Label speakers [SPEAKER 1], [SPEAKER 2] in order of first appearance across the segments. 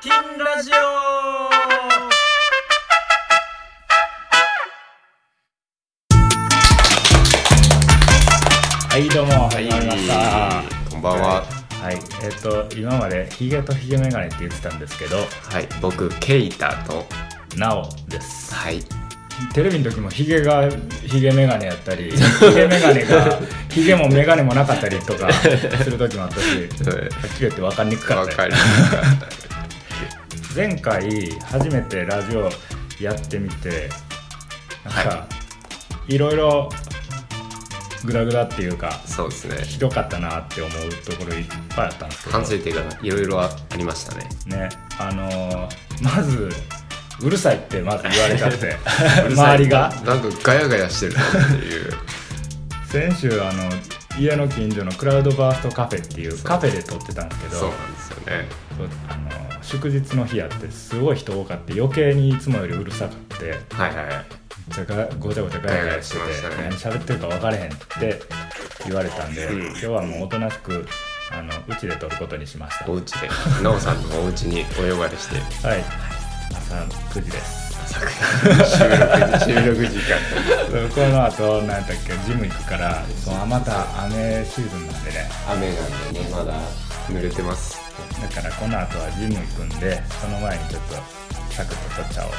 [SPEAKER 1] 金ラジオはいどうも始まりました
[SPEAKER 2] こんばんは。
[SPEAKER 1] はいえっ、と今までヒゲとヒゲメガネって言ってたんですけど
[SPEAKER 2] はい、僕ケイタと
[SPEAKER 1] なおです
[SPEAKER 2] はい。
[SPEAKER 1] テレビの時もヒゲがヒゲメガネやった りヒゲメガネがヒゲもメガネもなかったりとかする時もあったしはっきり言って分かりにくか
[SPEAKER 2] わ
[SPEAKER 1] ったよ
[SPEAKER 2] かりました。
[SPEAKER 1] 前回初めてラジオやってみてなんか、い、ろいろグダグダっていうか
[SPEAKER 2] そうですね。
[SPEAKER 1] ひどかったなって思うところいっぱいあったんですけど
[SPEAKER 2] 反省というかいろいろありましたね。
[SPEAKER 1] ねあのーまずうるさいってまず言われちゃって
[SPEAKER 2] うるさい
[SPEAKER 1] 周りが
[SPEAKER 2] なんかガヤガヤしてるなって いう。
[SPEAKER 1] 先週あの家の近所のクラウドバーストカフェっていうカフェで撮ってたんですけど
[SPEAKER 2] そうなんですよね。
[SPEAKER 1] そうあのー祝日の日やってすごい人多かって余計にいつもよりうるさかって
[SPEAKER 2] はいはいはい。
[SPEAKER 1] じゃあがごちゃごちゃガヤガヤしてて
[SPEAKER 2] ガヤガヤしてましたね
[SPEAKER 1] 何喋ってるか分かれへんって言われたんで、
[SPEAKER 2] うん
[SPEAKER 1] 今日はもうおとなしくあのうちで撮ることにしました
[SPEAKER 2] お
[SPEAKER 1] は
[SPEAKER 2] 家で、なおさんのお家にお呼ばれして、
[SPEAKER 1] い朝9時です
[SPEAKER 2] 収録時間。
[SPEAKER 1] そうこの後何やったっけジム行くからそうあまた雨シーズンなんでね
[SPEAKER 2] 雨なんでね、まだ濡れてます。
[SPEAKER 1] だからこの後はジム行くんでその前にちょっとサクッと撮っちゃおう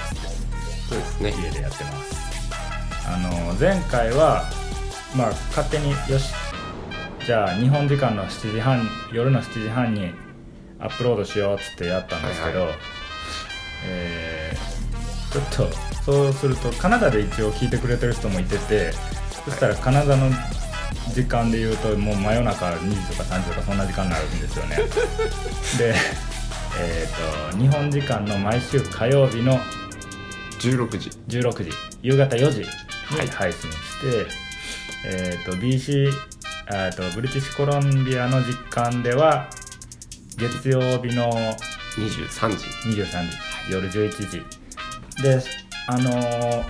[SPEAKER 2] そうですね。
[SPEAKER 1] 家でやってますあの前回はまあ勝手によしじゃあ日本時間の7時半夜の7時半にアップロードしようっつってやったんですけど、
[SPEAKER 2] はいは
[SPEAKER 1] えーちょっとそうするとカナダで一応聞いてくれてる人もいててそしたらカナダの時間で言うともう真夜中2時とか3時とかそんな時間になるん ですよねでえっ、と日本時間の毎週火曜日の
[SPEAKER 2] 16時。
[SPEAKER 1] 16時夕方4時に配信して、えっ、と BC えーとブリティッシュコロンビアの実感では月曜日の
[SPEAKER 2] 23時。
[SPEAKER 1] 23時夜11時であのー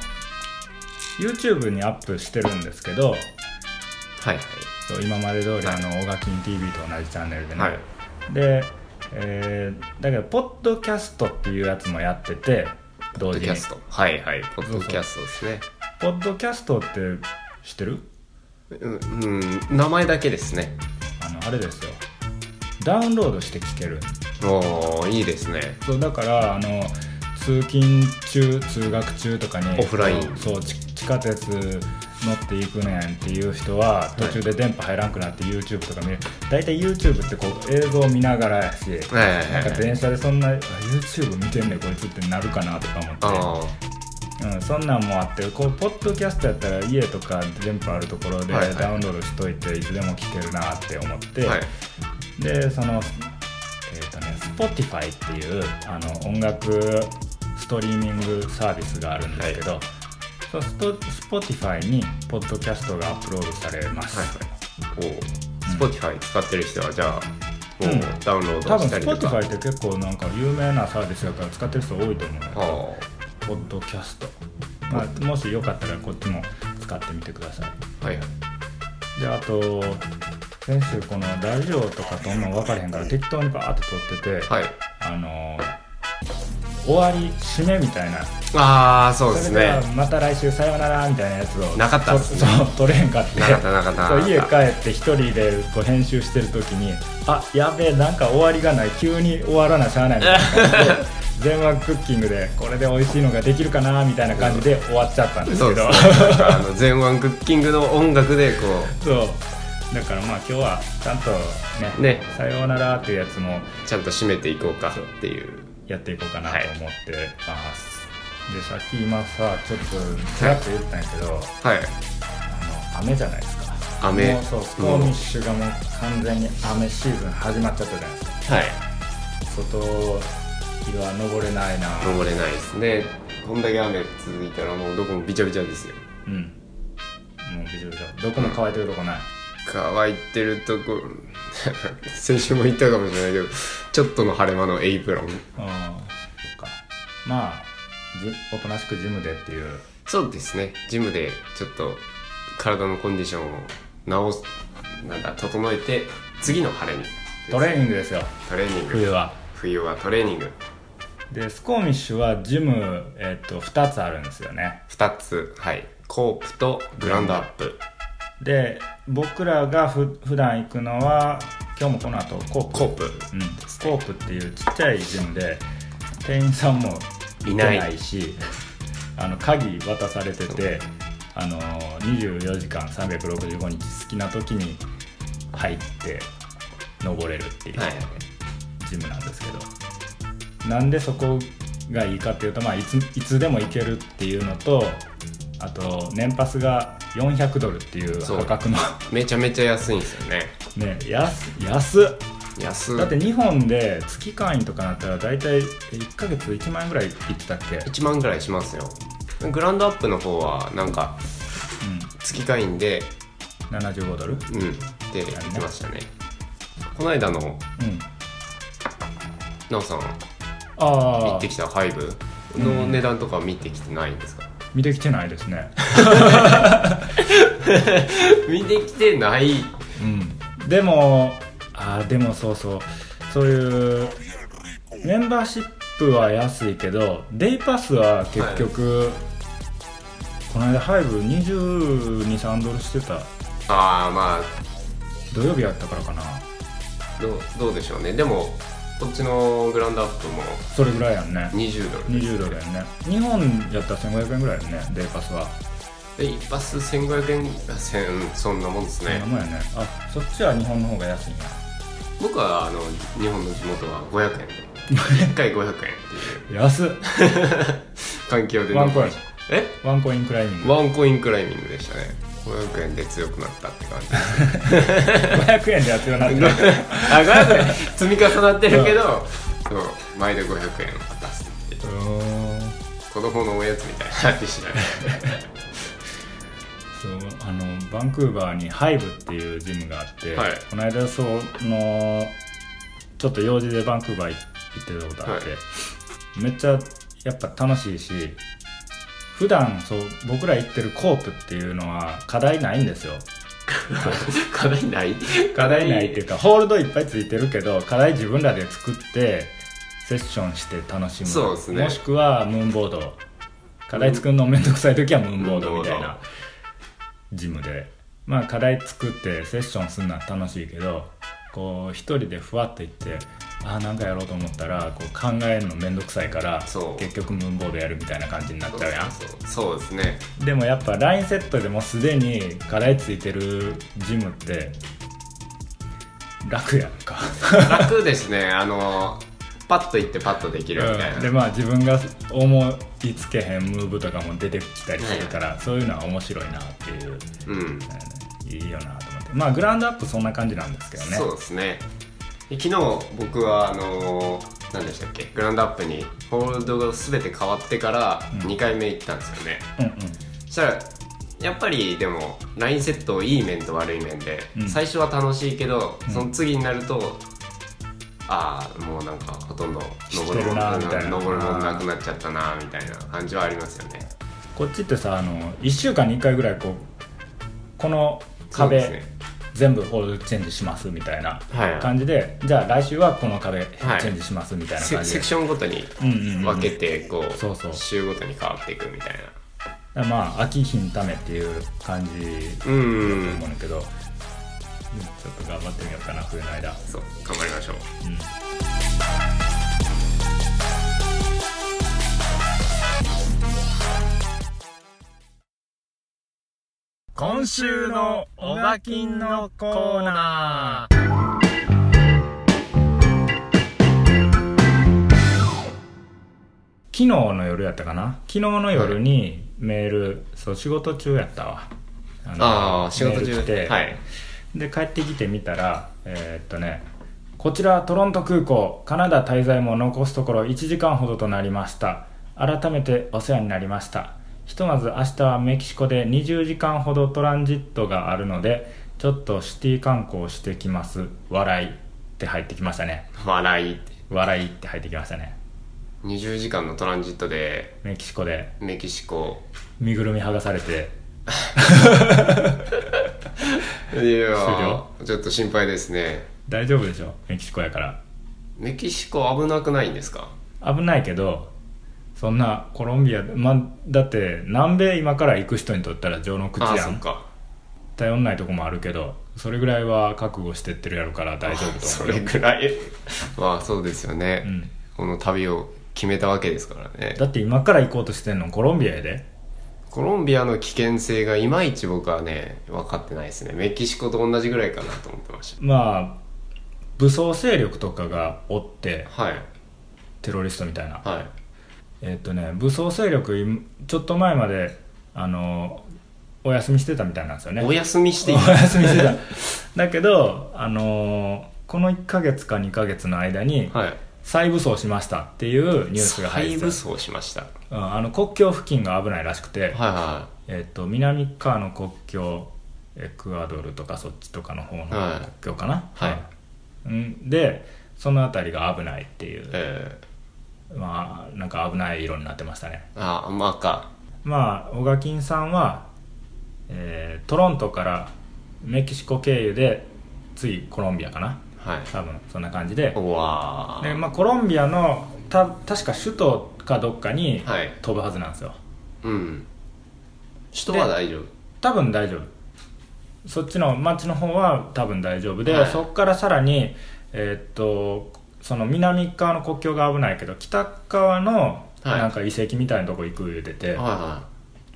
[SPEAKER 1] YouTube にアップしてるんですけど
[SPEAKER 2] はいはい。
[SPEAKER 1] そう今まで通りあ
[SPEAKER 2] はい
[SPEAKER 1] の「オガキン TV」と同じチャンネルでね、
[SPEAKER 2] はい
[SPEAKER 1] で、えーだけどポッドキャストっていうやつもやってて
[SPEAKER 2] ポ
[SPEAKER 1] 同
[SPEAKER 2] ッド
[SPEAKER 1] 時
[SPEAKER 2] キ
[SPEAKER 1] に
[SPEAKER 2] ャスト。はいはい。ポッドキャストですね。
[SPEAKER 1] ポッドキャストって知ってる
[SPEAKER 2] うん、うん名前だけですね。
[SPEAKER 1] あのあれですよダウンロードして聞ける
[SPEAKER 2] おーいいですね
[SPEAKER 1] そうだからあの通勤中通学中とかに
[SPEAKER 2] オフライン
[SPEAKER 1] そうち地下鉄乗っていくねんっていう人は途中で電波入らんくなって YouTube とか見る大体 YouTube ってこう映像を見ながらやし、
[SPEAKER 2] はいはい
[SPEAKER 1] なんか
[SPEAKER 2] はい
[SPEAKER 1] 電車でそんなあ YouTube 見てんねんこいつってなるかなとか思
[SPEAKER 2] あ
[SPEAKER 1] って、うん、そんなんもあってこうポッドキャストやったら家とか電波あるところで
[SPEAKER 2] はいはい
[SPEAKER 1] ダウンロードしといていつでも聞けるなって思って、
[SPEAKER 2] ーはい
[SPEAKER 1] でそのえっ、とね Spotify っていうあの音楽ストリーミングサービスがあるんですけど、そうスト Spotify にポッドキャストがアップロードされます、
[SPEAKER 2] はいはいおー Spotify 使ってる人はじゃあも
[SPEAKER 1] うん
[SPEAKER 2] うダウンロー
[SPEAKER 1] 多
[SPEAKER 2] ド
[SPEAKER 1] 分
[SPEAKER 2] したりとか、
[SPEAKER 1] Spotify って結構なんか有名なサービスだから使ってる人多いと思うよ
[SPEAKER 2] は
[SPEAKER 1] ポッドキャスト、まあ、もしよかったらこっちも使ってみてください
[SPEAKER 2] あはいはい
[SPEAKER 1] であと先週このラジオとかそんなん分かれへんから適当にバーッと撮ってて、
[SPEAKER 2] はい
[SPEAKER 1] あの終わり締めみたいな
[SPEAKER 2] ああそうです
[SPEAKER 1] れでは
[SPEAKER 2] ね
[SPEAKER 1] また来週さようならみたいなやつを
[SPEAKER 2] なかったっすね
[SPEAKER 1] そそう取れへんかって
[SPEAKER 2] なかったなかっ た
[SPEAKER 1] そう家
[SPEAKER 2] なかった
[SPEAKER 1] 帰って一人でこう編集してる時にあやべえなんか終わりがない急に終わらなしゃあないみたいな感じ で電話クッキングでこれで美味しいのができるかなみたいな感じで終わっちゃったんです
[SPEAKER 2] そう
[SPEAKER 1] け
[SPEAKER 2] です
[SPEAKER 1] ど
[SPEAKER 2] ねなんかあの全ワンクッキングの音楽でこ う
[SPEAKER 1] そうだからまあ今日はちゃんとね
[SPEAKER 2] ね
[SPEAKER 1] さようなら」っていうやつも
[SPEAKER 2] ちゃんと締めていこうかっていう
[SPEAKER 1] やっていこうかなと思ってます、でさっき今さちょっとちらっと言ったんやけど、
[SPEAKER 2] はい
[SPEAKER 1] あの雨じゃないですか
[SPEAKER 2] 雨
[SPEAKER 1] もうそうスコーミッシュがもう完全に雨シーズン始まっちゃったじゃないですか
[SPEAKER 2] はい
[SPEAKER 1] 外日は登れないな
[SPEAKER 2] 登れないですねこんだけ雨続いたらもうどこもびちゃびちゃですよ
[SPEAKER 1] うんもうびしょびしょどこも乾いてるとこない、
[SPEAKER 2] 乾いてるとこ 先週も言ったかもしれないけどちょっとの晴れ間のエイプロン
[SPEAKER 1] うん、そっかまあじおとなしくジムでっていう
[SPEAKER 2] そうですねジムでちょっと体のコンディションを直すなんだ整えて次の晴れに
[SPEAKER 1] トレーニングですよ
[SPEAKER 2] トレーニング
[SPEAKER 1] 冬は
[SPEAKER 2] 冬はトレーニング
[SPEAKER 1] でスコーミッシュはジム、えっと2つあるんですよね
[SPEAKER 2] 2つはいコープとグランドアップ
[SPEAKER 1] で僕らがふ普段行くのは今日もこの後コープ
[SPEAKER 2] コープ
[SPEAKER 1] うん、スコープっていうちっちゃいジムで店員さんもいてないし あの鍵渡されてて、あの24時間365日好きな時に入って登れるっていう
[SPEAKER 2] はい
[SPEAKER 1] ジムなんですけど、なんでそこがいいかっていうと、まあ、いついつでも行けるっていうのとあと年パスが400ドルっていう
[SPEAKER 2] そう
[SPEAKER 1] 破格の
[SPEAKER 2] めちゃめちゃ安いんですよね
[SPEAKER 1] ね安安っ
[SPEAKER 2] 安
[SPEAKER 1] だって日本で月会員とかなったら大体1ヶ月1万円ぐらい行ってたっけ、
[SPEAKER 2] 1万ぐらいしますよグランドアップの方はなんか
[SPEAKER 1] う
[SPEAKER 2] 月会員で
[SPEAKER 1] ん、75ドルうん
[SPEAKER 2] うんって言ってましたねこの間の奈緒さん行
[SPEAKER 1] ああ
[SPEAKER 2] ってきたハイブの値段とか見てきてないんですか
[SPEAKER 1] 見てきてないですね、
[SPEAKER 2] 見てきてない
[SPEAKER 1] うん、でもああでもそうそうそういうメンバーシップは安いけどデイパスは結局、この間ハイブ2 2 3ドルしてた
[SPEAKER 2] ああまあ
[SPEAKER 1] 土曜日やったからかな
[SPEAKER 2] どうどうでしょうねでもこっちのグランドアップも
[SPEAKER 1] それぐらいやんね
[SPEAKER 2] 20ドル
[SPEAKER 1] 20ドルやんね日本やったら1500円ぐらいやんねデイパスは
[SPEAKER 2] で一発1500円あ1000そんなもんです
[SPEAKER 1] そん
[SPEAKER 2] ね
[SPEAKER 1] なもんやねあそっちは日本の方が安いんや
[SPEAKER 2] 僕はあの日本の地元は500円で1 回500円っていう
[SPEAKER 1] 安っ
[SPEAKER 2] 環境で
[SPEAKER 1] ワンコイン
[SPEAKER 2] え
[SPEAKER 1] ワンコインクライミング
[SPEAKER 2] ワンコインクライミングでしたね500円で強くなったって感じ
[SPEAKER 1] 500円でやってるなって
[SPEAKER 2] あ500円 積み重なってるけど、そう毎度500円渡すっていう子供のおやつみた いな感 じしない
[SPEAKER 1] そうあのバンクーバーにハイブっていうジムがあって、
[SPEAKER 2] はい
[SPEAKER 1] この間そのちょっと用事でバンクーバー行ってたことあって、
[SPEAKER 2] は
[SPEAKER 1] めっちゃやっぱ楽しいし普段そう僕ら行ってるコープっていうのは課題ないんですよ
[SPEAKER 2] 課題ない
[SPEAKER 1] 課題ないっていうかホールドいっぱいついてるけど課題自分らで作ってセッションして楽しむ
[SPEAKER 2] そうですね
[SPEAKER 1] もしくはムーンボード課題作るのめんどくさい時はムーンボードみたい
[SPEAKER 2] ムーン
[SPEAKER 1] なジムでまあ課題作ってセッションするのは楽しいけどこう一人でふわっと行ってああなんかやろうと思ったらこう考えるのめんどくさいから
[SPEAKER 2] そう
[SPEAKER 1] 結局ムーンボードやるみたいな感じになっちゃうやん
[SPEAKER 2] そうそうですね
[SPEAKER 1] でもやっぱラインセットでもすでに課題ついてるジムって楽やんか、
[SPEAKER 2] 楽ですねあのパッと行ってパッとできるみたいな、
[SPEAKER 1] うんでまあ自分が思いつけへんムーブとかも出てきたりするから、そういうのは面白いなっていう、
[SPEAKER 2] うん
[SPEAKER 1] うんいいよなと思ってまあグラウンドアップそんな感じなんですけどね
[SPEAKER 2] そうですね昨日僕はあのー何でしたっけグランドアップにホールドが全て変わってから
[SPEAKER 1] ん
[SPEAKER 2] 2回目行ったんですよね、
[SPEAKER 1] うんうん
[SPEAKER 2] そしたらやっぱりでもラインセットいい面と悪い面で、
[SPEAKER 1] うん
[SPEAKER 2] 最初は楽しいけど
[SPEAKER 1] うん
[SPEAKER 2] その次になると、ああもうなんかほとんど登るも
[SPEAKER 1] 知ってる
[SPEAKER 2] ん
[SPEAKER 1] なみたいな
[SPEAKER 2] 登るもんなくなっちゃったなみたいな感じはありますよね
[SPEAKER 1] こっちってさあの1週間に1回ぐらいこうこの壁、
[SPEAKER 2] そうですね
[SPEAKER 1] 全部ホールドチェンジしますみたいな
[SPEAKER 2] はい
[SPEAKER 1] 感じで、じゃあ来週はこの壁チ
[SPEAKER 2] い
[SPEAKER 1] ェンジしますみたいな
[SPEAKER 2] セ
[SPEAKER 1] 感じで、
[SPEAKER 2] セクションごとに
[SPEAKER 1] うんうんうん
[SPEAKER 2] 分けてこ
[SPEAKER 1] そうそう
[SPEAKER 2] う週ごとに変わっていくみたい
[SPEAKER 1] だからまあ秋ひんためっていう感じだ
[SPEAKER 2] なう
[SPEAKER 1] と
[SPEAKER 2] ん
[SPEAKER 1] 思うんだけど、うんちょっと頑張ってみようかな冬の間
[SPEAKER 2] そう頑張りましょう
[SPEAKER 1] うん今週のおがきんのコーナー昨日の夜やったかな昨日の夜にメール、そう仕事中やったわあの
[SPEAKER 2] ああ仕事
[SPEAKER 1] メール
[SPEAKER 2] 中
[SPEAKER 1] 来て、
[SPEAKER 2] はい
[SPEAKER 1] で帰ってきてみたらえーっとねこちらトロント空港カナダ滞在も残すところ1時間ほどとなりました改めてお世話になりましたひとまず明日はメキシコで20時間ほどトランジットがあるのでちょっとシティ観光してきます笑いって入ってきましたね
[SPEAKER 2] 笑いって
[SPEAKER 1] 笑いって入ってきましたね
[SPEAKER 2] 20時間のトランジットで
[SPEAKER 1] メキシコで
[SPEAKER 2] メキシコ
[SPEAKER 1] 身ぐるみ剥がされて
[SPEAKER 2] いやー
[SPEAKER 1] 了
[SPEAKER 2] ちょっと心配ですね
[SPEAKER 1] 大丈夫でしょメキシコやから
[SPEAKER 2] メキシコ危なくないんですか
[SPEAKER 1] 危ないけどそんなコロンビア、まあ、だって南米今から行く人にとったら情の口
[SPEAKER 2] ああ
[SPEAKER 1] や
[SPEAKER 2] そっ
[SPEAKER 1] ん
[SPEAKER 2] か
[SPEAKER 1] 頼んないとこもあるけどそれぐらいは覚悟してってるやろから大丈夫と
[SPEAKER 2] そ
[SPEAKER 1] 思う
[SPEAKER 2] れ
[SPEAKER 1] よ
[SPEAKER 2] ぐらいまあそうですよね、
[SPEAKER 1] うん
[SPEAKER 2] この旅を決めたわけですからね
[SPEAKER 1] だって今から行こうとしてんのコロンビアやで
[SPEAKER 2] コロンビアの危険性がいまいち僕はね分かってないですねメキシコと同じぐらいかなと思ってまし
[SPEAKER 1] まあ武装勢力とかがおって
[SPEAKER 2] たはい
[SPEAKER 1] テロリストみたいな
[SPEAKER 2] はい
[SPEAKER 1] えっとね武装勢力いちょっと前まであのお休みしてたみたいなんですよね
[SPEAKER 2] お休みしていい
[SPEAKER 1] お休みしてた だけどあのこの1ヶ月か2ヶ月の間に
[SPEAKER 2] はい
[SPEAKER 1] 再武装しましたっていうニュースが入って
[SPEAKER 2] 再
[SPEAKER 1] た
[SPEAKER 2] 武装しましたは
[SPEAKER 1] う
[SPEAKER 2] い
[SPEAKER 1] んあの国境付近が危ないらしくて、
[SPEAKER 2] は
[SPEAKER 1] えっと南側の国境エクアドルとかそっちとかの方の国
[SPEAKER 2] はい
[SPEAKER 1] 境かな、
[SPEAKER 2] はい
[SPEAKER 1] うん、でその辺りが危ないっていう
[SPEAKER 2] い、え
[SPEAKER 1] まあなんか危ない色になってましたね
[SPEAKER 2] ー、あまあか
[SPEAKER 1] まあオガキンさんは、えートロントからメキシコ経由でついコロンビアかな
[SPEAKER 2] はい
[SPEAKER 1] 多分そんな感じで
[SPEAKER 2] うわー
[SPEAKER 1] で、まあ、コロンビアのた確か首都かどっかに
[SPEAKER 2] はい
[SPEAKER 1] 飛ぶはずなんですよ、
[SPEAKER 2] うん首都は
[SPEAKER 1] で
[SPEAKER 2] 大丈夫
[SPEAKER 1] 多分大丈夫そっちの町の方は多分大丈夫で、
[SPEAKER 2] はい
[SPEAKER 1] そこからさらにえーっとその南側の国境が危ないけど北側の
[SPEAKER 2] はい
[SPEAKER 1] なんか遺跡みたいなとこ行く言うてて、
[SPEAKER 2] はいは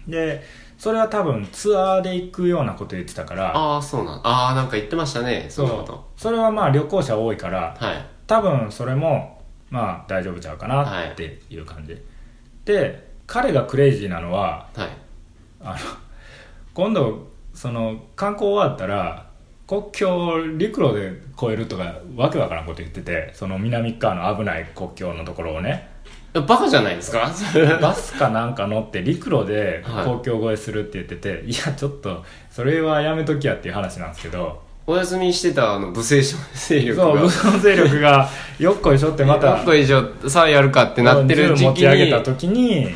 [SPEAKER 2] い
[SPEAKER 1] でそれは多分ツアーで行くようなこと言ってたから
[SPEAKER 2] ああそうなんああなんか言ってましたねそんなこと
[SPEAKER 1] それはまあ旅行者多いから
[SPEAKER 2] はい
[SPEAKER 1] 多分それもまあ大丈夫ちゃうか
[SPEAKER 2] は
[SPEAKER 1] ないっていう感じ、で彼がクレイジーなのは
[SPEAKER 2] はい
[SPEAKER 1] あの今度その観光終わったら国境を陸路で越えるとかわけわからんこと言っててその南側の危ない国境のところをね
[SPEAKER 2] バカじゃないで すか
[SPEAKER 1] バスかなんか乗って陸路で
[SPEAKER 2] はい
[SPEAKER 1] 国境越えするって言ってて、い、やちょっとそれはやめときやっていう話なんですけど
[SPEAKER 2] お休みしてたあの武勢勢力
[SPEAKER 1] そう
[SPEAKER 2] が
[SPEAKER 1] 武装勢力がよっこいしょってまた
[SPEAKER 2] もっと以上さあやるかってなってる
[SPEAKER 1] 銃
[SPEAKER 2] 時
[SPEAKER 1] 持
[SPEAKER 2] 期
[SPEAKER 1] ち上げた
[SPEAKER 2] に
[SPEAKER 1] 時に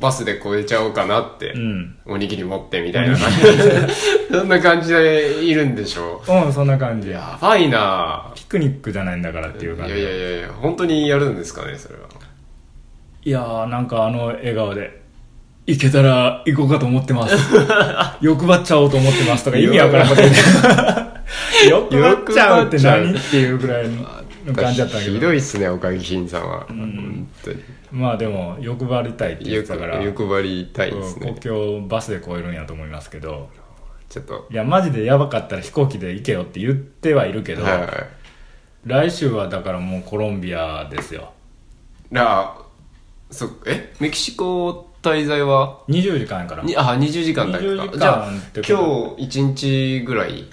[SPEAKER 2] バスで越えちゃおうかなって、
[SPEAKER 1] うん
[SPEAKER 2] おにぎり持ってみたいな そんな感じでいるんでしょ
[SPEAKER 1] うんそんな感じ
[SPEAKER 2] うやばいな
[SPEAKER 1] ピクニックじゃないんだからって
[SPEAKER 2] い
[SPEAKER 1] い
[SPEAKER 2] や
[SPEAKER 1] う感
[SPEAKER 2] い
[SPEAKER 1] じ
[SPEAKER 2] やいやいや本当にやるんですかねそれはい
[SPEAKER 1] やーなんかあの笑顔で「行けたら行こうかと思って ます」「欲張っちゃおうと思ってます」とか意味わからんこと言って「欲張っちゃう」って何っていうぐらいの感じだったんだけ
[SPEAKER 2] ひ
[SPEAKER 1] ど
[SPEAKER 2] どいっすねおかげひんさんは、本当に
[SPEAKER 1] まあでも欲張りたいって言っ
[SPEAKER 2] よ
[SPEAKER 1] て
[SPEAKER 2] く
[SPEAKER 1] たから
[SPEAKER 2] 欲張りたいです
[SPEAKER 1] 国
[SPEAKER 2] ね
[SPEAKER 1] 境をバスで越えるんやと思いますけど
[SPEAKER 2] ちょっと
[SPEAKER 1] いやマジでやばかったら飛行機で行けよって言ってはいるけど、
[SPEAKER 2] はいはい
[SPEAKER 1] 来週はだからもうコロンビアですよ
[SPEAKER 2] なあそっえメキシコ滞在は
[SPEAKER 1] 20時間やから
[SPEAKER 2] にあ20時間だ
[SPEAKER 1] 20時間
[SPEAKER 2] じゃあ
[SPEAKER 1] ってこと
[SPEAKER 2] 今日1日ぐら い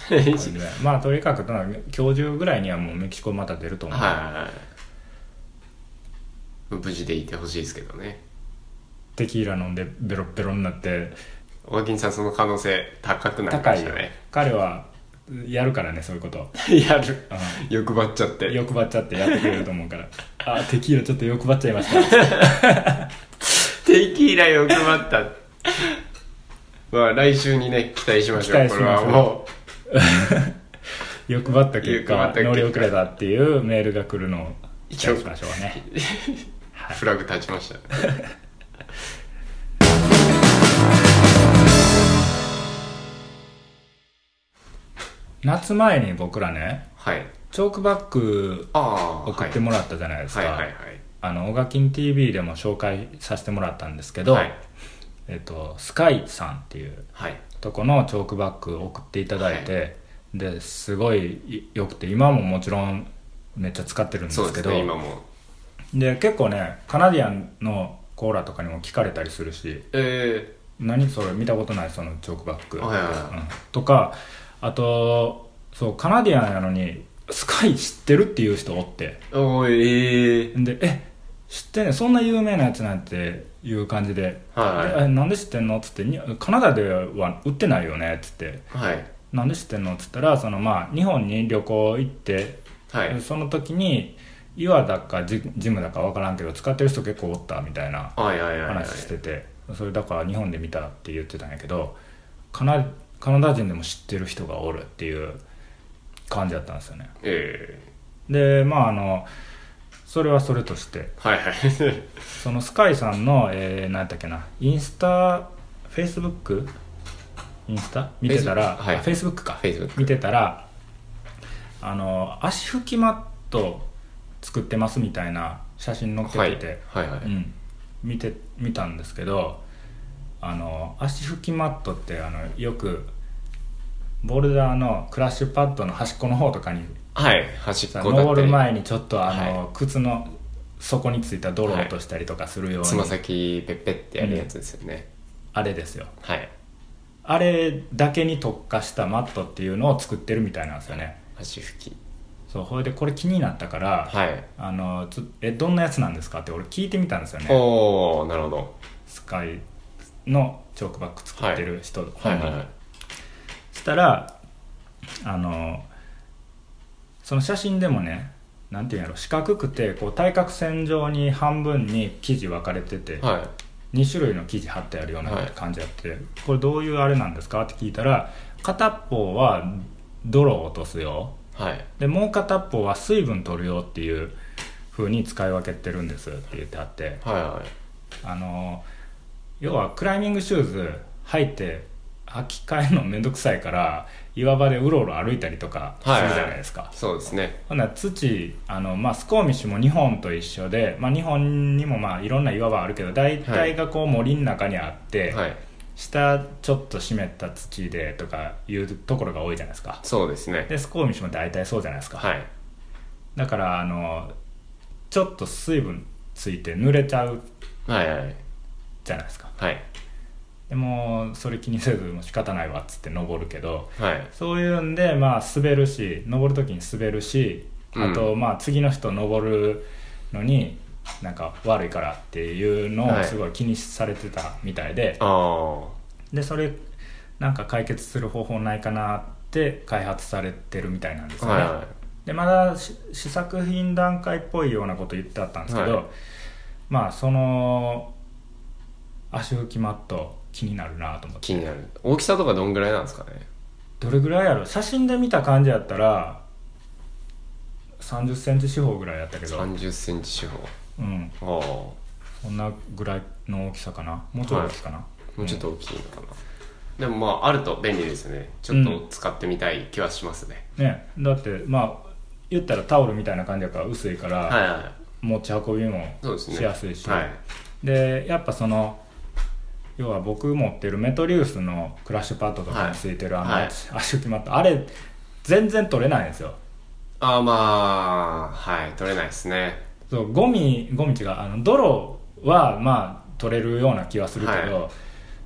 [SPEAKER 1] まあとにかくな今日中ぐらいにはもうメキシコまた出ると思う、
[SPEAKER 2] はい無事でいてほしいですけどね
[SPEAKER 1] テキーラ飲んでベロッベロになって
[SPEAKER 2] おはきんさんその可能性高くなりま
[SPEAKER 1] 高い
[SPEAKER 2] し
[SPEAKER 1] よ
[SPEAKER 2] たね
[SPEAKER 1] 彼はやるからねそういうこと、
[SPEAKER 2] やる
[SPEAKER 1] う
[SPEAKER 2] 欲張っちゃって
[SPEAKER 1] ん、欲張っちゃってやってくれると思うからあテキーラちょっと欲張っちゃいました
[SPEAKER 2] テキーラ欲張った まあ来週にね期待しましょう
[SPEAKER 1] 期待
[SPEAKER 2] こ
[SPEAKER 1] し
[SPEAKER 2] れ
[SPEAKER 1] ましょ
[SPEAKER 2] は
[SPEAKER 1] う
[SPEAKER 2] も
[SPEAKER 1] 欲張った結
[SPEAKER 2] 欲張
[SPEAKER 1] 果
[SPEAKER 2] った結果
[SPEAKER 1] 乗り遅れたっていうメールが来るのを期待しましょうね
[SPEAKER 2] うフラグ立ちました
[SPEAKER 1] 夏前に僕らね
[SPEAKER 2] はい
[SPEAKER 1] チョークバッグ
[SPEAKER 2] ああ
[SPEAKER 1] 送ってもらったじゃないですか、
[SPEAKER 2] はいはいはい
[SPEAKER 1] あの「オガキン TV」でも紹介させてもらったんですけど、
[SPEAKER 2] はい
[SPEAKER 1] えっと、スカイさんっていう
[SPEAKER 2] はい
[SPEAKER 1] とこのチョークバッグ送っていただいて、ですごいい良くて今ももちろんめっちゃ使ってるんです
[SPEAKER 2] そうで
[SPEAKER 1] け
[SPEAKER 2] す
[SPEAKER 1] ど
[SPEAKER 2] ね今も
[SPEAKER 1] で結構ねカナディアンのコーラとかにも聞かれたりするし
[SPEAKER 2] え
[SPEAKER 1] 何それ見たことないそのチョークバッグ、
[SPEAKER 2] えはいはいは
[SPEAKER 1] うんとかあとそうカナディアンやのにスカイ知ってるっていう人おって
[SPEAKER 2] いおいええ
[SPEAKER 1] で「え知ってんねんそんな有名なやつなんていう感じで「
[SPEAKER 2] はい
[SPEAKER 1] でえなんで知ってんの?」っつってに「カナダでは売ってないよね」っつって
[SPEAKER 2] はい
[SPEAKER 1] 「なんで知ってんの?」っつったらそのまあ日本に旅行行って、
[SPEAKER 2] はい
[SPEAKER 1] その時に岩だかジジムだか分からんけど使ってる人結構おったみたいな
[SPEAKER 2] はいはいはいはい
[SPEAKER 1] 話してて、それだから日本で見たって言ってたんやけどカナカナダ人でも知ってる人がおるっていう感じだったんですよね
[SPEAKER 2] え
[SPEAKER 1] でまああのそれはそれとして
[SPEAKER 2] はいはい。
[SPEAKER 1] そのスカイさんの、えー、何やったっけなインスタフェイスブックインスタ見てたら
[SPEAKER 2] Facebook はい
[SPEAKER 1] フェイスブックか
[SPEAKER 2] Facebook
[SPEAKER 1] 見てたらあの足拭きマット作ってますみたいな写真載
[SPEAKER 2] は
[SPEAKER 1] っ
[SPEAKER 2] い
[SPEAKER 1] てて、
[SPEAKER 2] はいは
[SPEAKER 1] う
[SPEAKER 2] い。
[SPEAKER 1] ん、見て見たんですけどあの足拭きマットってあのよくボルダーのクラッシュパッドの端っこの方とかに
[SPEAKER 2] はい、端っ
[SPEAKER 1] さ
[SPEAKER 2] こだっ
[SPEAKER 1] 登
[SPEAKER 2] た
[SPEAKER 1] る
[SPEAKER 2] り、
[SPEAKER 1] 前にちょっとあの、
[SPEAKER 2] は
[SPEAKER 1] 靴の底についた泥を落としたりとかするように、
[SPEAKER 2] つま先ペッペってやるやつですよね。
[SPEAKER 1] あれですよ
[SPEAKER 2] はい。
[SPEAKER 1] あれだけに特化したマットっていうのを作ってるみたいなんですよね
[SPEAKER 2] 足拭き。
[SPEAKER 1] そうほいでこれ気になったから、
[SPEAKER 2] はい。
[SPEAKER 1] あのつえどんなやつなんですかって俺聞いてみたんですよね
[SPEAKER 2] おー、なるほど。
[SPEAKER 1] スカイのチョークバッグ作ってる人、
[SPEAKER 2] はいはいはい。
[SPEAKER 1] したらあのその写真でもねなんていうんやろ四角くてこう対角線上に半分に生地分かれてて、
[SPEAKER 2] は
[SPEAKER 1] 2種類の生地貼ってあるような
[SPEAKER 2] はい
[SPEAKER 1] 感じあって、これどういうあれなんですかって聞いたら片方は泥を落とすよ
[SPEAKER 2] い。はい。
[SPEAKER 1] でもう片方は水分取るよっていう風に使い分けてるんですって言ってあって
[SPEAKER 2] はいはい。
[SPEAKER 1] あの要はクライミングシューズ履いて履き替えるのめんどくさいから岩場でうろうろ歩いたりとかするじゃないですか、
[SPEAKER 2] そうですね。
[SPEAKER 1] ほんなら土あの、まあ、スコーミッシュも日本と一緒で、まあ、日本にもまあいろんな岩場あるけど大体がこう森の中にあって、
[SPEAKER 2] はい。
[SPEAKER 1] 下ちょっと湿った土でとかいうところが多いじゃないですか
[SPEAKER 2] そうですね。
[SPEAKER 1] でスコーミッシュも大体そうじゃないですか、
[SPEAKER 2] はい。
[SPEAKER 1] だからあのちょっと水分ついて濡れちゃう
[SPEAKER 2] はいはい。
[SPEAKER 1] じゃないですか
[SPEAKER 2] はい。
[SPEAKER 1] でもうそれ気にせずもう仕方ないわっつって登るけど
[SPEAKER 2] はい。
[SPEAKER 1] そういうんでまあ滑るし登る時に滑るし
[SPEAKER 2] うん
[SPEAKER 1] あとまあ次の人登るのになんか悪いからっていうの
[SPEAKER 2] は
[SPEAKER 1] を
[SPEAKER 2] い
[SPEAKER 1] すごい気にされてたみたいで、
[SPEAKER 2] あー。
[SPEAKER 1] でそれなんか解決する方法ないかなって開発されてるみたいなんですよね、
[SPEAKER 2] はいは
[SPEAKER 1] でまだし試作品段階っぽいようなこと言ってあったんですけど、
[SPEAKER 2] はい
[SPEAKER 1] まあその足拭きマット気になるなと思っ
[SPEAKER 2] い。
[SPEAKER 1] て
[SPEAKER 2] 気になる。大きさとかどんぐらいなんですかね。
[SPEAKER 1] どれぐらいやろ写真で見た感じやったら3 0センチ四方ぐらいやったけど、
[SPEAKER 2] 30センチ四方。
[SPEAKER 1] うん、
[SPEAKER 2] あー。も
[SPEAKER 1] そんなぐらいの大きさかなもうちょい大きいかな、
[SPEAKER 2] うちょっと大きいのかな。でもまあ、あると便利ですね。ちょっと使ってみたい気はしますね。
[SPEAKER 1] ねだってまあ言ったらタオルみたいな感じやから薄いから、
[SPEAKER 2] はいはい。
[SPEAKER 1] 持ち運びも
[SPEAKER 2] そうですね。
[SPEAKER 1] しやすいし、
[SPEAKER 2] はい。
[SPEAKER 1] でやっぱその要は僕持ってるメトリウスのクラッシュパッドとかについてるあの、
[SPEAKER 2] はいはい
[SPEAKER 1] 足拭きマットあれ全然取れないんですよ
[SPEAKER 2] あーまあ、はい。取れないですね。
[SPEAKER 1] そうゴミゴミ違うあの泥はまあ取れるような気はするけど、
[SPEAKER 2] は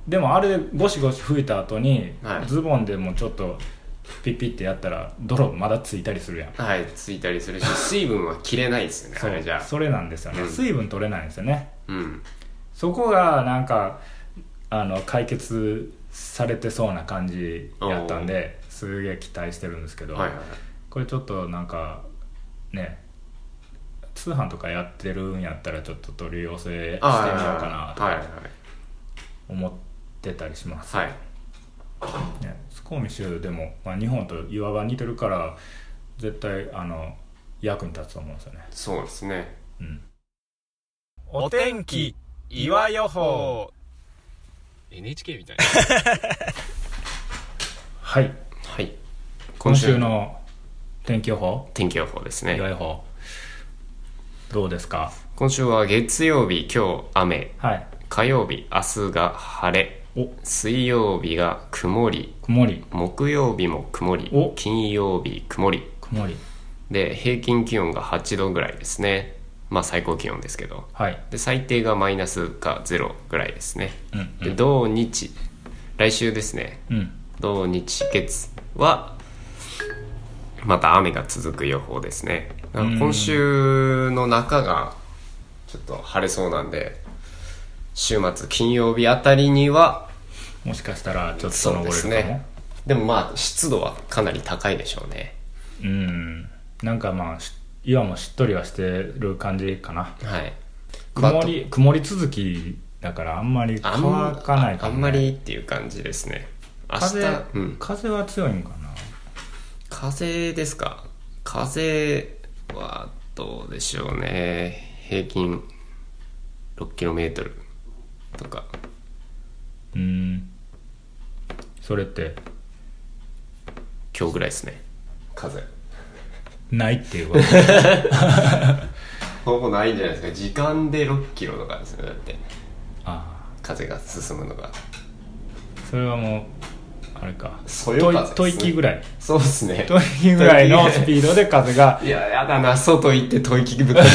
[SPEAKER 1] でもあれでゴシゴシ拭いた後に、
[SPEAKER 2] はい
[SPEAKER 1] ズボンでもちょっとピッピッてやったら泥まだついたりするやん
[SPEAKER 2] はい。ついたりす るし、水分は切れないですよね。あ
[SPEAKER 1] そう
[SPEAKER 2] れじゃあ。
[SPEAKER 1] それなんですよね、
[SPEAKER 2] うん
[SPEAKER 1] 水分取れないんですよね
[SPEAKER 2] うん。
[SPEAKER 1] そこがなんかあの解決されてそうな感じやったんですげえ期待してるんですけど、
[SPEAKER 2] はいはいはい。
[SPEAKER 1] これちょっとなんかね通販とかやってるんやったらちょっと取り寄せしてみよう
[SPEAKER 2] あー
[SPEAKER 1] かな
[SPEAKER 2] はいはい
[SPEAKER 1] と思ってたりします、
[SPEAKER 2] はい。はい。
[SPEAKER 1] ね、スコーミッシュでも、まあ、日本と岩場似てるから絶対あの役に立つと思うんですよね、
[SPEAKER 2] そうですね。
[SPEAKER 1] うん、
[SPEAKER 3] お天気岩予報
[SPEAKER 2] NHK みたい
[SPEAKER 1] はい
[SPEAKER 2] な。 はい。
[SPEAKER 1] 今週の天気予報
[SPEAKER 2] 天気予報です
[SPEAKER 1] 岩
[SPEAKER 2] ね。
[SPEAKER 1] 井法どうですか
[SPEAKER 2] 今週は月曜日、今日雨。
[SPEAKER 1] はい
[SPEAKER 2] 火曜日、明日が晴れ。
[SPEAKER 1] お
[SPEAKER 2] 水曜日が曇り。
[SPEAKER 1] 曇り
[SPEAKER 2] 木曜日も曇り
[SPEAKER 1] お。
[SPEAKER 2] 金曜日、曇り。
[SPEAKER 1] 曇り
[SPEAKER 2] で、平均気温が8度ぐらいですね。まあ最高気温ですけど。
[SPEAKER 1] はい
[SPEAKER 2] で最低がマイナスかゼロぐらいですね、
[SPEAKER 1] うん
[SPEAKER 2] で土日来週ですね
[SPEAKER 1] うん
[SPEAKER 2] 土日月はまた雨が続く予報ですねだから今週の中がちょっと晴れそうなんで週末金曜日あたりには
[SPEAKER 1] もしかしたらちょっと
[SPEAKER 2] そう
[SPEAKER 1] 登
[SPEAKER 2] で
[SPEAKER 1] れる
[SPEAKER 2] す
[SPEAKER 1] かも
[SPEAKER 2] ねでもまあ湿度はかなり高いでしょうね
[SPEAKER 1] うんなんかまあし岩もしっとりはしてる感じかな
[SPEAKER 2] はい
[SPEAKER 1] 曇り曇り続きだからあんまり
[SPEAKER 2] あんま
[SPEAKER 1] 乾かないかも、ね、
[SPEAKER 2] あんまりっていう感じですね明日
[SPEAKER 1] 風、
[SPEAKER 2] うん、
[SPEAKER 1] 風は強いんかな
[SPEAKER 2] 風ですか風はどうでしょうね平均 6km とか
[SPEAKER 1] うんそれって
[SPEAKER 2] 今日ぐらいですね風
[SPEAKER 1] ないっていうこと
[SPEAKER 2] ほぼないんじゃないですか時間で6キロとかですねだって
[SPEAKER 1] あ
[SPEAKER 2] 風が進むのが
[SPEAKER 1] あそれはもうあれか
[SPEAKER 2] そよ風ですね
[SPEAKER 1] とい吐息ぐらい
[SPEAKER 2] そうですね
[SPEAKER 1] 吐息ぐらいのスピードで風が
[SPEAKER 2] いややだな外行って吐息ぶっかけ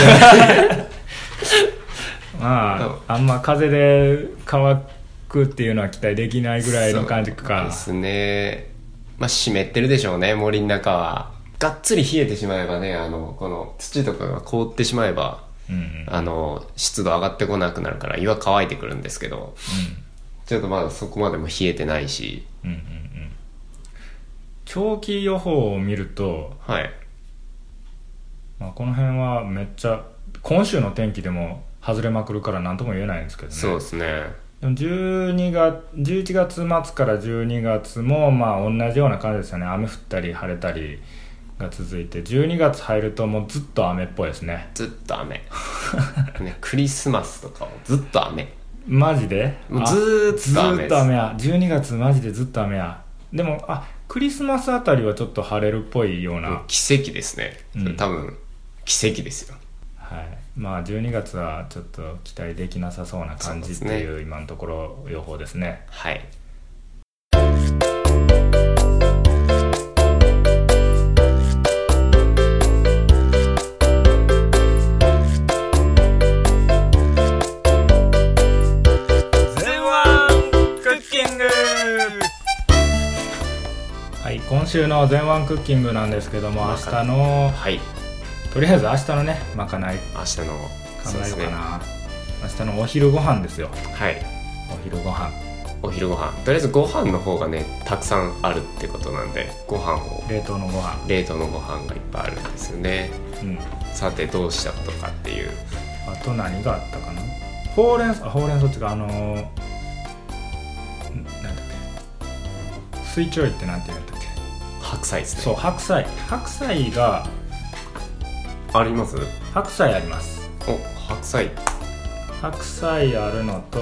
[SPEAKER 1] まああんま風で乾くっていうのは期待できないぐらいの感じ
[SPEAKER 2] そう
[SPEAKER 1] か
[SPEAKER 2] ですねまあ湿ってるでしょうね森の中はがっつり冷えてしまえばねあのこの土とかが凍ってしまえば
[SPEAKER 1] うんうん
[SPEAKER 2] あの湿度上がってこなくなるから岩乾いてくるんですけどちょっとまだそこまでも冷えてないし
[SPEAKER 1] うんうんうんうん長期予報を見ると、
[SPEAKER 2] はい
[SPEAKER 1] まあ、この辺はめっちゃ今週の天気でも外れまくるから何とも言えないんですけどね
[SPEAKER 2] そうですね
[SPEAKER 1] でも12月11月末から12月もまあ同じような感じですよね雨降ったり晴れたりが続いて12月入るともうずっと雨っぽいですね
[SPEAKER 2] ずっと 雨ねクリスマスとかもずっと雨
[SPEAKER 1] マジで
[SPEAKER 2] もう
[SPEAKER 1] あ
[SPEAKER 2] ずーっと雨です
[SPEAKER 1] ずーっと雨や12月マジでずっと雨やでもあクリスマスあたりはちょっと晴れるっぽいような、
[SPEAKER 2] もう奇跡ですね、
[SPEAKER 1] うん
[SPEAKER 2] 多分奇跡ですよ
[SPEAKER 1] はいまあ12月はちょっと期待できなさそうな感じって
[SPEAKER 2] そ
[SPEAKER 1] いう今のところ予報ですね
[SPEAKER 2] はい
[SPEAKER 3] 全ワンクッキング
[SPEAKER 1] はい今週の「全ワンクッキング」なんですけども明
[SPEAKER 2] まか
[SPEAKER 1] 日の
[SPEAKER 2] はい
[SPEAKER 1] とりあえず明日のねまかない
[SPEAKER 2] 明日の
[SPEAKER 1] 考
[SPEAKER 2] そうで
[SPEAKER 1] えよ
[SPEAKER 2] す
[SPEAKER 1] う
[SPEAKER 2] ね
[SPEAKER 1] かな明日のお昼ご飯ですよ
[SPEAKER 2] はい
[SPEAKER 1] お昼ご飯
[SPEAKER 2] お昼ご飯とりあえずご飯の方がねたくさんあるってことなんでご飯を
[SPEAKER 1] 冷凍のご飯
[SPEAKER 2] 冷凍のご飯がいっぱいあるんですよね
[SPEAKER 1] うん
[SPEAKER 2] さてどうしたことかっていう
[SPEAKER 1] あと何があったかなほうれん草あほうれん草っていうかあのー、んなんだっけ水調理ってなんて言うんだっけ
[SPEAKER 2] 白菜ですね
[SPEAKER 1] そう白菜白菜が
[SPEAKER 2] あります
[SPEAKER 1] 白菜あります
[SPEAKER 2] お白菜
[SPEAKER 1] 白菜あるのと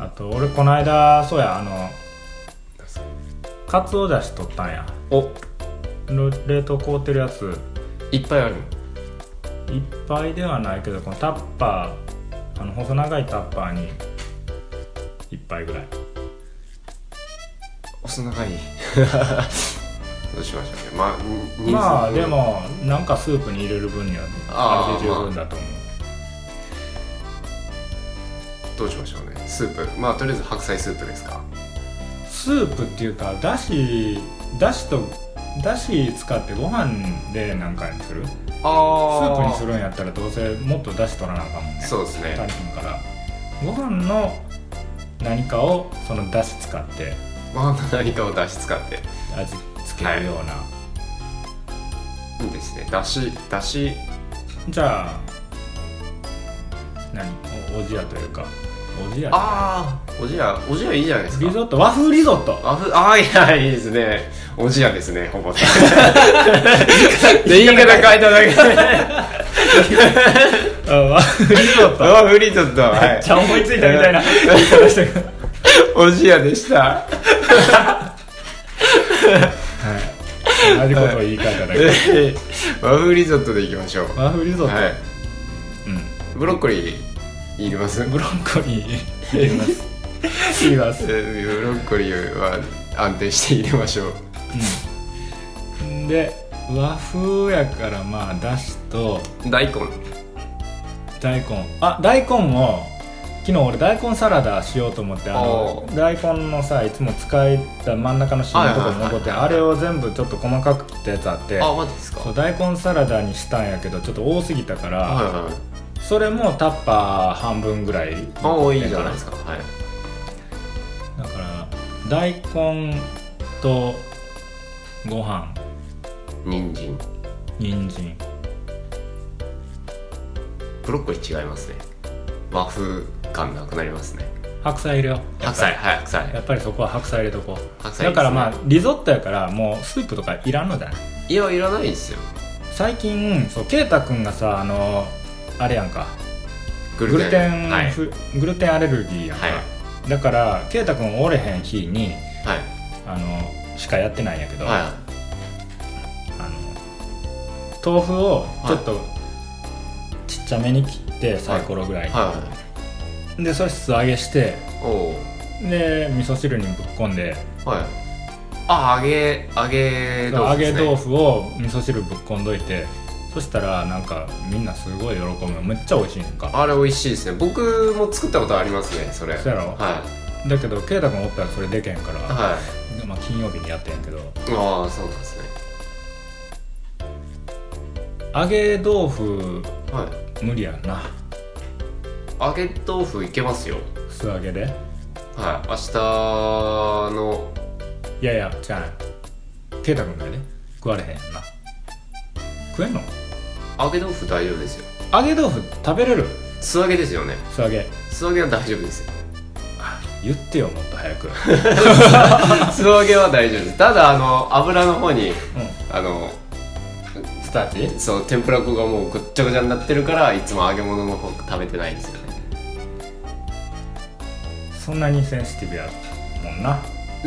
[SPEAKER 1] あと俺この間そうやあのかつおだし取ったんや
[SPEAKER 2] お
[SPEAKER 1] の冷凍凍ってるやつ
[SPEAKER 2] いっぱいある
[SPEAKER 1] いっぱいではないけどこのタッパーあの細長いタッパーに1杯ぐらい
[SPEAKER 2] 細長い どうしましょうねまあ人数
[SPEAKER 1] まあでもなんかスープに入れる分には
[SPEAKER 2] あ
[SPEAKER 1] あ
[SPEAKER 2] ー
[SPEAKER 1] れで十分だと思う、
[SPEAKER 2] どうしましょうねスープまあとりあえず白菜スープですか
[SPEAKER 1] スープっていうかだしだしとだし使ってご飯で何回にするスープ
[SPEAKER 2] あ
[SPEAKER 1] にするんやったらどうせもっとだし取らなあかんもんね
[SPEAKER 2] そうですね
[SPEAKER 1] 足りひんからご飯の何かをそのだし使って
[SPEAKER 2] まあ何かを出汁使って
[SPEAKER 1] 味付けるような、
[SPEAKER 2] いいですねだしだし
[SPEAKER 1] じゃあ何おおじやというかおじや
[SPEAKER 2] ああおじやおじやいいじゃないですか
[SPEAKER 1] リゾット和風リゾット
[SPEAKER 2] あふあーいやいいですねおじやですねほぼ ね言い方変えただけ
[SPEAKER 1] あ和風リゾット
[SPEAKER 2] あフリートだは
[SPEAKER 1] め
[SPEAKER 2] い
[SPEAKER 1] っちゃ思いついたみたいな言い方してる
[SPEAKER 2] おじやでした
[SPEAKER 1] 同じことを言い換えただけ
[SPEAKER 2] えー和風リゾットでいきましょう
[SPEAKER 1] 和風リゾット、
[SPEAKER 2] はい
[SPEAKER 1] うん
[SPEAKER 2] ブロッコリーいります
[SPEAKER 1] ブロッコリー入れます入れます
[SPEAKER 2] えーブロッコリーは安定して入れましょう
[SPEAKER 1] うんで和風やからまあだしと
[SPEAKER 2] 大根
[SPEAKER 1] 大根あ大根も昨日俺大根サラダしようと思ってあの
[SPEAKER 2] お
[SPEAKER 1] 大根のさいつも使えた真ん中の芯のところに残って
[SPEAKER 2] は
[SPEAKER 1] あ
[SPEAKER 2] いはいはいはい
[SPEAKER 1] れを全部ちょっと細かく切ったやつあって
[SPEAKER 2] あマジですか
[SPEAKER 1] そう大根サラダにしたんやけどちょっと多すぎたから、
[SPEAKER 2] はいはいはい
[SPEAKER 1] それもタッパー半分ぐらい
[SPEAKER 2] あ多いじゃないですかはい
[SPEAKER 1] だから大根とご飯
[SPEAKER 2] 人参
[SPEAKER 1] 人参
[SPEAKER 2] ブロッコリー違いますね和風感なくなりますね
[SPEAKER 1] 白菜入れよう
[SPEAKER 2] 白菜はい白
[SPEAKER 1] や
[SPEAKER 2] 菜
[SPEAKER 1] っぱりそこは白菜入れとこう
[SPEAKER 2] 白菜いいですね
[SPEAKER 1] だからまあリゾットやからもうスープとかいらんのじゃない
[SPEAKER 2] いやいらないですよ
[SPEAKER 1] 最近そう圭太君がさあのあれやんか
[SPEAKER 2] グ
[SPEAKER 1] グルテン
[SPEAKER 2] はいはい
[SPEAKER 1] フ、グルテンアレルギーやんか、
[SPEAKER 2] は
[SPEAKER 1] だから圭太君おれへん日に
[SPEAKER 2] はい
[SPEAKER 1] あのしかやってないんやけど、
[SPEAKER 2] は
[SPEAKER 1] あの豆腐をちょっとちっちゃめに切ってサイコロぐらい
[SPEAKER 2] い
[SPEAKER 1] に、
[SPEAKER 2] は
[SPEAKER 1] でそれ素揚げして
[SPEAKER 2] いおう
[SPEAKER 1] で味噌汁にぶっ込んで
[SPEAKER 2] はいあ揚げ揚げ豆
[SPEAKER 1] 揚
[SPEAKER 2] 腐で
[SPEAKER 1] げ
[SPEAKER 2] す、ね、
[SPEAKER 1] 豆腐を味噌汁ぶっ込んどいてそしたらなんかみんなすごい喜ぶめっちゃ美味しいんか
[SPEAKER 2] あれ美味しいですね僕も作ったことありますねそれ
[SPEAKER 1] そうやろ
[SPEAKER 2] は
[SPEAKER 1] だけど圭太君おったらそれでけんから、
[SPEAKER 2] いはい
[SPEAKER 1] まあ、金曜日にやってんやけど
[SPEAKER 2] ああそうなんですね
[SPEAKER 1] 揚げ豆腐
[SPEAKER 2] はい
[SPEAKER 1] 無理やな
[SPEAKER 2] 揚げ豆腐いけますよ
[SPEAKER 1] 素揚げで
[SPEAKER 2] はい明日の
[SPEAKER 1] いやいやじゃあ圭太君がね食われへんやんな食えんの
[SPEAKER 2] 揚げ豆腐大丈夫ですよ
[SPEAKER 1] 揚げ豆腐食べれる
[SPEAKER 2] 素揚げですよね
[SPEAKER 1] 素揚げ
[SPEAKER 2] 素揚げは大丈夫 ですよ
[SPEAKER 1] 言ってよもっと早 くうん
[SPEAKER 2] 素揚げは大丈夫ですただあの油の方にあの
[SPEAKER 1] スターチ
[SPEAKER 2] そう天ぷら粉がもうぐっちゃぐちゃになってるからいつも揚げ物の方食べてないんですよね
[SPEAKER 1] そんなにセンシティブやもんな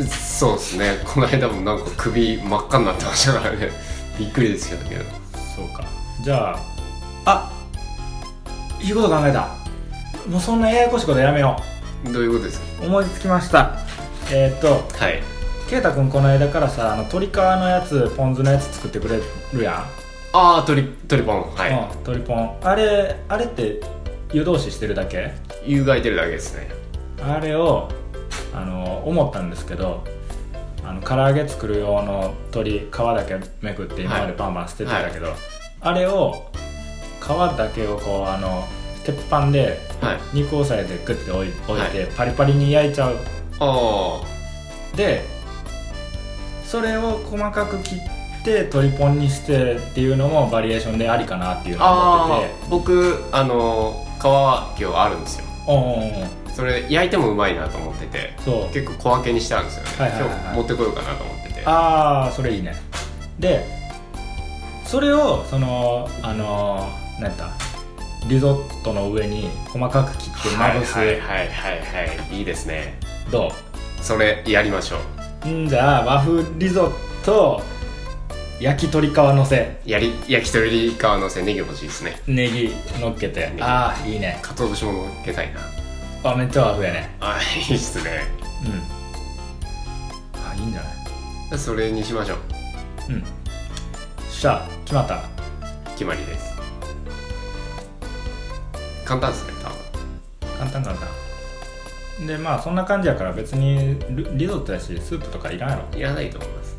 [SPEAKER 2] そうですねこの間もなんか首真っ赤になってましたからね びっくりですけどけど
[SPEAKER 1] そうかじゃああいいこと考えたもうそんなややこしいことやめよ
[SPEAKER 2] どういうことですか
[SPEAKER 1] う思いつきましたえーっと
[SPEAKER 2] はい
[SPEAKER 1] 圭太君この間からさあの鶏皮のやつポン酢のやつ作ってくれるや
[SPEAKER 2] ああ鳥鳥パンは
[SPEAKER 1] ん、
[SPEAKER 2] い、
[SPEAKER 1] うん、鶏ポンあれあれって湯通ししてるだけ
[SPEAKER 2] 湯がいてるだけですね
[SPEAKER 1] あれをあの思ったんですけどあの唐揚げ作る用の鶏皮だけめくって今までバンバン捨ててたけど、あれを皮だけをこうあの鉄板で
[SPEAKER 2] はい
[SPEAKER 1] 肉押さえてグッて置い置いて、
[SPEAKER 2] は
[SPEAKER 1] パリパリに焼いちゃう
[SPEAKER 2] あ
[SPEAKER 1] でそれを細かく切って鶏ポンにしてっていうのもバリエーションでありかなっていう
[SPEAKER 2] あ
[SPEAKER 1] のを思
[SPEAKER 2] あ
[SPEAKER 1] ってて
[SPEAKER 2] あ僕あの皮は今日あるんですよ
[SPEAKER 1] おうんうんうん
[SPEAKER 2] それ焼いてもうまいなと思ってて
[SPEAKER 1] そう
[SPEAKER 2] 結構小分けにしてあるんですよね、
[SPEAKER 1] はいはいはいはい
[SPEAKER 2] 今日持ってこようかなと思ってて
[SPEAKER 1] ああそれいいねでそれをそのあのーなんだリゾットの上に細かく切ってまぶす、
[SPEAKER 2] はいはいはいはいはいいいですね
[SPEAKER 1] ど
[SPEAKER 2] それやりましょう
[SPEAKER 1] うんじゃあ和風リゾット焼き鳥皮のせ
[SPEAKER 2] やり焼き鳥皮のせネギ欲しいですね
[SPEAKER 1] ネギのっけて
[SPEAKER 2] ギ
[SPEAKER 1] ああいいね
[SPEAKER 2] かつお節ものっけたいな
[SPEAKER 1] あめっちゃ和風やね
[SPEAKER 2] あいいっすね
[SPEAKER 1] うんあいいんじゃない
[SPEAKER 2] それにしましょう
[SPEAKER 1] うんしゃあ決まった
[SPEAKER 2] 決まりです簡単ですね多分
[SPEAKER 1] 簡単簡単でまあそんな感じやから別にリリゾットやしスープとかいらんやろ
[SPEAKER 2] いらないと思います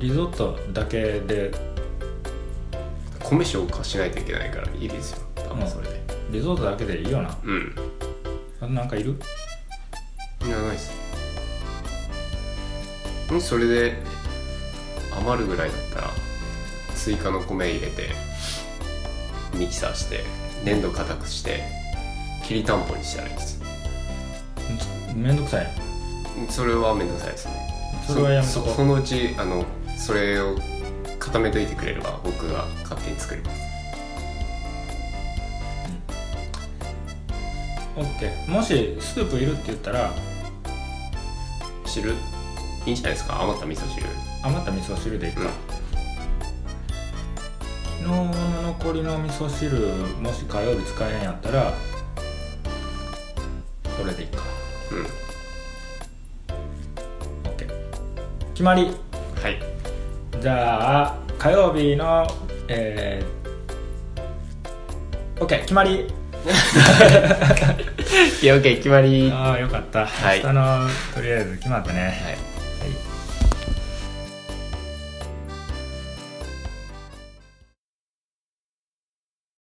[SPEAKER 1] リゾットだけで
[SPEAKER 2] 米消化しないといけないからいいですよ多分それで
[SPEAKER 1] リゾートだけでいいよな
[SPEAKER 2] うん
[SPEAKER 1] あなんかいる
[SPEAKER 2] いらないっすんそれで余るぐらいだったら追加の米入れてミキサーして粘土固くしてきりたんぽにしたらいいです
[SPEAKER 1] めんどくさい
[SPEAKER 2] それはめんどくさいですね
[SPEAKER 1] それはやめと
[SPEAKER 2] そ
[SPEAKER 1] こ
[SPEAKER 2] そそのうちあのそれを固めといてくれれば僕が勝手に作ります
[SPEAKER 1] う OK もしスープいるって言ったら
[SPEAKER 2] 汁いいんじゃないですか余った味噌汁
[SPEAKER 1] 余った味噌汁でいくか、昨日の残りの味噌汁もし火曜日使えへんやったらそれでいいか
[SPEAKER 2] うん
[SPEAKER 1] OK 決まり
[SPEAKER 2] はい
[SPEAKER 1] じゃあ火曜日のえー、OK 決まり
[SPEAKER 2] いや OK 決まりは
[SPEAKER 1] ああよかった、
[SPEAKER 2] はい
[SPEAKER 1] 明日のとりあえず決まったね
[SPEAKER 2] い
[SPEAKER 1] はい